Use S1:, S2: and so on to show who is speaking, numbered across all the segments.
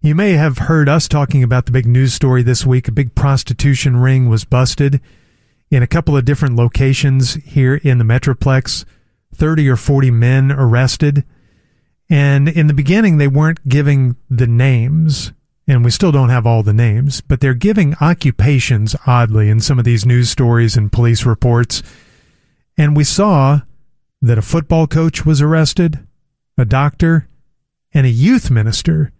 S1: You may have heard us talking about the big news story this week. A big prostitution ring was busted in a couple of different locations here in the Metroplex. 30 or 40 men arrested. And in the beginning, they weren't giving the names, and we still don't have all the names, but they're giving occupations, oddly, in some of these news stories and police reports. And we saw that a football coach was arrested, a doctor, and a youth minister.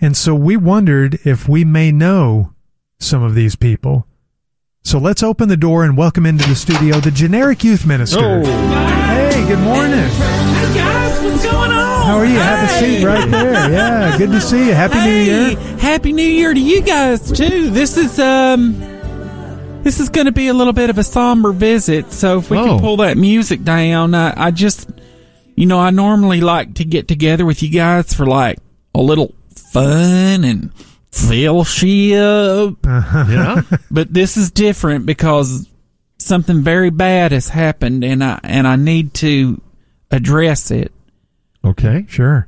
S1: And so we wondered if we may know some of these people. So let's open the door and welcome into the studio the generic youth minister. Hey, good morning.
S2: Hey guys, what's going on?
S1: How are you? Have a seat right there. Yeah, good to see you. Happy New Year.
S2: Happy New Year to you guys too. This is um, this is going to be a little bit of a somber visit. So if we
S1: Oh.
S2: can pull that music down, I, I just, you know, I normally like to get together with you guys for like a little fun and fellowship.
S3: Yeah.
S2: but this is different because something very bad has happened and I and I need to address it.
S3: okay.
S1: Sure.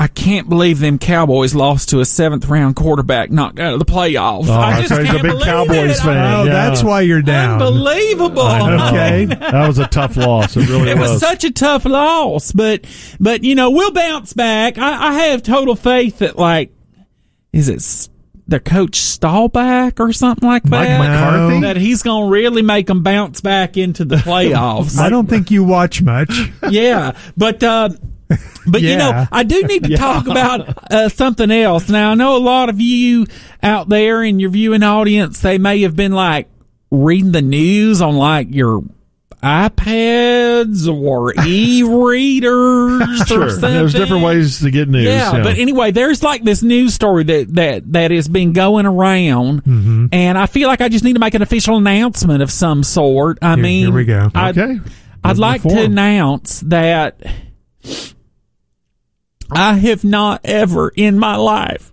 S2: I can't believe them Cowboys lost to a seventh round quarterback knocked out of the playoffs. I just
S3: so Oh, he's a
S2: can't
S3: big
S2: believe
S3: Cowboys
S2: it.
S3: fan.
S1: Oh,
S3: Yeah.
S1: that's why you're down.
S2: Unbelievable.
S1: Okay.
S3: that was a tough loss. It really
S2: It was such a tough loss, but but you know we'll bounce back. I, I have total faith that like, is it s- their coach Stallback or something like
S3: Mike
S2: that?
S3: McCarthy?
S2: That he's gonna really make them bounce back into the playoffs.
S1: I don't think you watch much.
S2: yeah, but uh, but you
S1: Yeah.
S2: know, I do need to talk about uh, something else. Now I know a lot of you out there in your viewing audience, they may have been like reading the news on like your iPads or e-readers or
S3: Sure.
S2: something.
S3: There's different ways to get news.
S2: Yeah, but anyway, there's like this news story that that that has been going around, and I feel like I just need to make an official announcement of some sort. I
S1: Here-
S2: mean,
S1: here we go.
S2: I-
S3: okay.
S2: I'd like to
S3: informed.
S2: announce that I have not ever in my life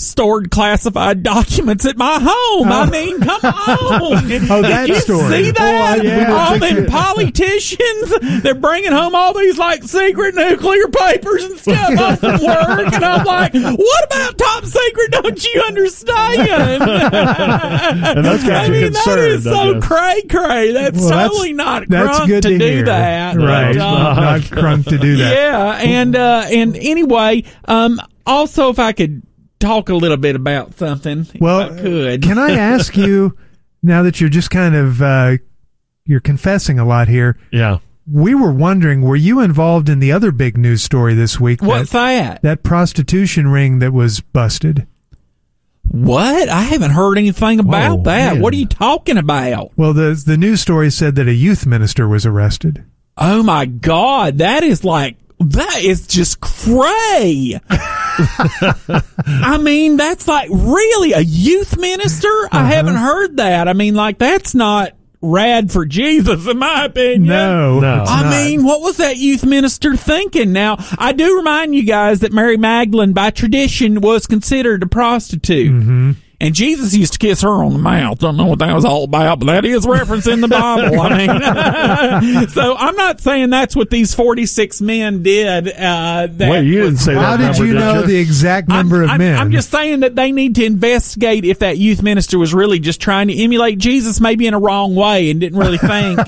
S2: stored classified documents at my home. I mean, come on.
S1: Oh, that
S2: Did you
S1: story.
S2: see that?
S1: Boy, yeah.
S2: All them politicians, they're bringing home all these like secret nuclear papers and stuff home from work. And I'm like, what about top secret? Don't you understand?
S3: And that's got
S2: I
S3: you
S2: mean, that
S3: concerned.
S2: is so
S3: guess.
S2: cray cray. That's
S1: Well, that's-
S2: totally not
S1: That's
S2: drunk
S1: good
S2: to,
S1: to,
S2: do
S1: hear.
S2: that.
S1: Right.
S2: But, um,
S1: Not, not crunk to do that.
S2: yeah, and uh, and anyway, um, also if I could talk a little bit about something,
S1: Well,
S2: if I could.
S1: can I ask you now that you're just kind of uh, you're confessing a lot here?
S3: Yeah.
S1: We were wondering, were you involved in the other big news story this week?
S2: What's
S1: that,
S2: that?
S1: that prostitution ring that was busted.
S2: What? I haven't heard anything about
S1: Oh,
S3: Whoa,
S2: that.
S3: man.
S2: What are you talking about?
S1: Well, the the news story said that a youth minister was arrested.
S2: Oh my God, that is like that is just cray. I mean, that's like really a youth minister. I haven't heard that. I mean, like that's not rad for Jesus, in my opinion.
S1: No,
S3: No.
S1: it's
S2: I
S1: not.
S2: mean, what was that youth minister thinking? Now, I do remind you guys that Mary Magdalene, by tradition, was considered a prostitute.
S3: Mm-hmm.
S2: And Jesus used to kiss her on the mouth. Don't know what that was all about, but that is reference in the Bible. I mean, so I'm not saying that's what these 46 men did. Uh, that
S3: Wait, you didn't say that.
S1: how did
S3: number,
S1: you know the
S3: you?
S1: exact number
S2: I'm,
S1: of
S2: I'm-
S1: men?
S2: I'm just saying that they need to investigate if that youth minister was really just trying to emulate Jesus, maybe in a wrong way, and didn't really think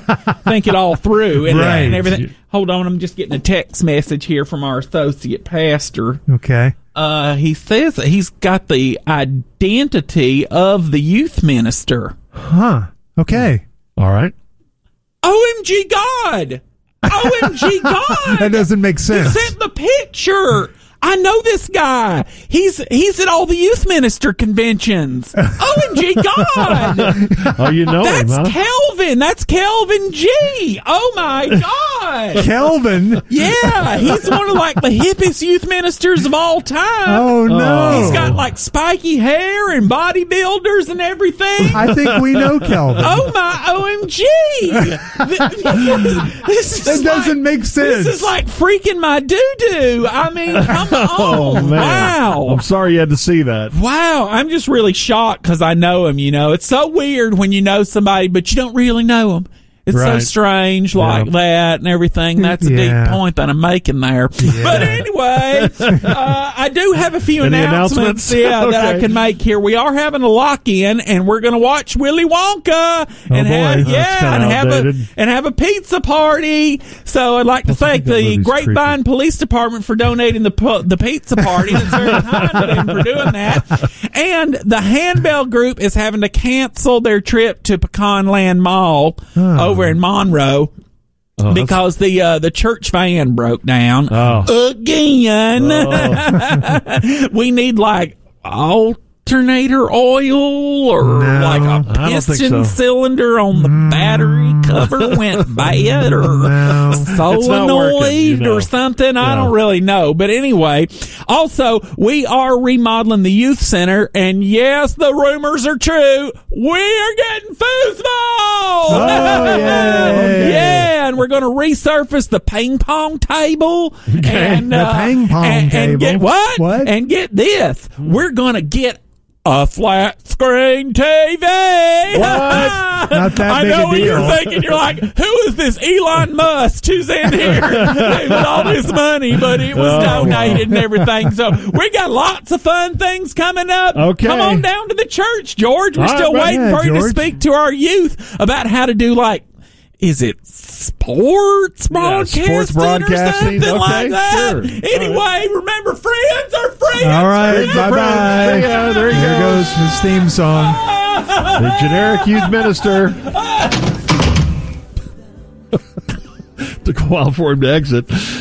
S2: think it all through and,
S1: Right.
S2: and everything. Hold on, I'm just getting a text message here from our associate pastor.
S1: okay.
S2: Uh, he says that he's got the identity of the youth minister.
S1: Huh. Okay.
S3: All right.
S2: OMG God! OMG God!
S1: That doesn't make
S2: He
S1: sense.
S2: sent the picture. I know this guy. He's he's at all the youth minister conventions. OMG God.
S3: Oh, you know him,
S2: That's
S3: huh?
S2: Kelvin. That's Kelvin G. Oh my God.
S1: Kelvin.
S2: Yeah, he's one of like the hippest youth ministers of all time.
S1: Oh no.
S2: He's got like spiky hair and bodybuilders and everything.
S1: I think we know Kelvin.
S2: Oh my OMG! this
S1: That
S2: is
S1: doesn't make sense.
S2: This is like freaking my doo doo. I mean, come on!
S3: Oh, man.
S2: Wow.
S3: I'm sorry you had to see that.
S2: Wow, I'm just really shocked because I know him. You know, it's so weird when you know somebody but you don't really know them, It's so
S3: Right.
S2: strange like
S3: Yeah.
S2: that and everything. That's a
S1: Yeah.
S2: deep point that I'm making there. But anyway, uh, I do have a few
S3: Any
S2: announcements,
S3: announcements?
S2: Yeah, that I
S3: Okay.
S2: can make here. We are having a lock in and we're going to watch Willy Wonka and
S3: Oh, boy.
S2: have,
S3: That's
S2: yeah,
S3: kinda
S2: and have a,
S3: outdated.
S2: and have a pizza party. So I'd like to thank
S3: that
S2: the
S3: movie's
S2: Grapevine Police Department for donating the pu- the pizza party. It's very kind of them for doing that. And the Handbell Group is having to cancel their trip to Pecan Land Mall
S3: Oh.
S2: over in Monroe. because the uh, the church van broke down
S3: Oh.
S2: again, we need like alternator oil or
S1: No,
S2: like a
S3: I don't think so.
S2: piston cylinder on the battery cover went bad or
S1: No.
S3: It's not
S2: solenoid
S3: working, you know.
S2: or something. I
S3: No.
S2: don't really know. But anyway, also, we are remodeling the youth center. And yes, the rumors are true. We're getting foosball.
S3: Oh, yay.
S2: yeah. And we're going to resurface the ping pong table. And, uh,
S1: The ping pong
S2: and, and get,
S1: table.
S2: what?
S1: What? Hmm.
S2: And get this. We're going to get a flat screen TV.
S3: What?
S1: Not that
S2: I
S1: big a
S2: know what you're
S1: deal.
S2: thinking. You're like, who is this Elon Musk who's in here with all this money? But it was
S3: Oh, wow.
S2: donated and everything. So we got lots of fun things coming up.
S3: Okay.
S2: Come on down to the church, George. We're
S3: All right,
S2: still
S3: right.
S2: waiting
S1: Yeah,
S2: for you to
S1: George.
S2: speak to our youth about how to do like is it sports broadcasting,
S3: sports broadcasting.
S2: or something like
S3: Okay,
S2: that?
S3: sure.
S2: Anyway,
S3: All
S2: remember, friends are friends.
S1: All right,
S2: friends are
S1: bye bye.
S3: friends. Yeah, there he
S1: goes his theme song.
S3: The generic youth minister. Took a while for him to exit.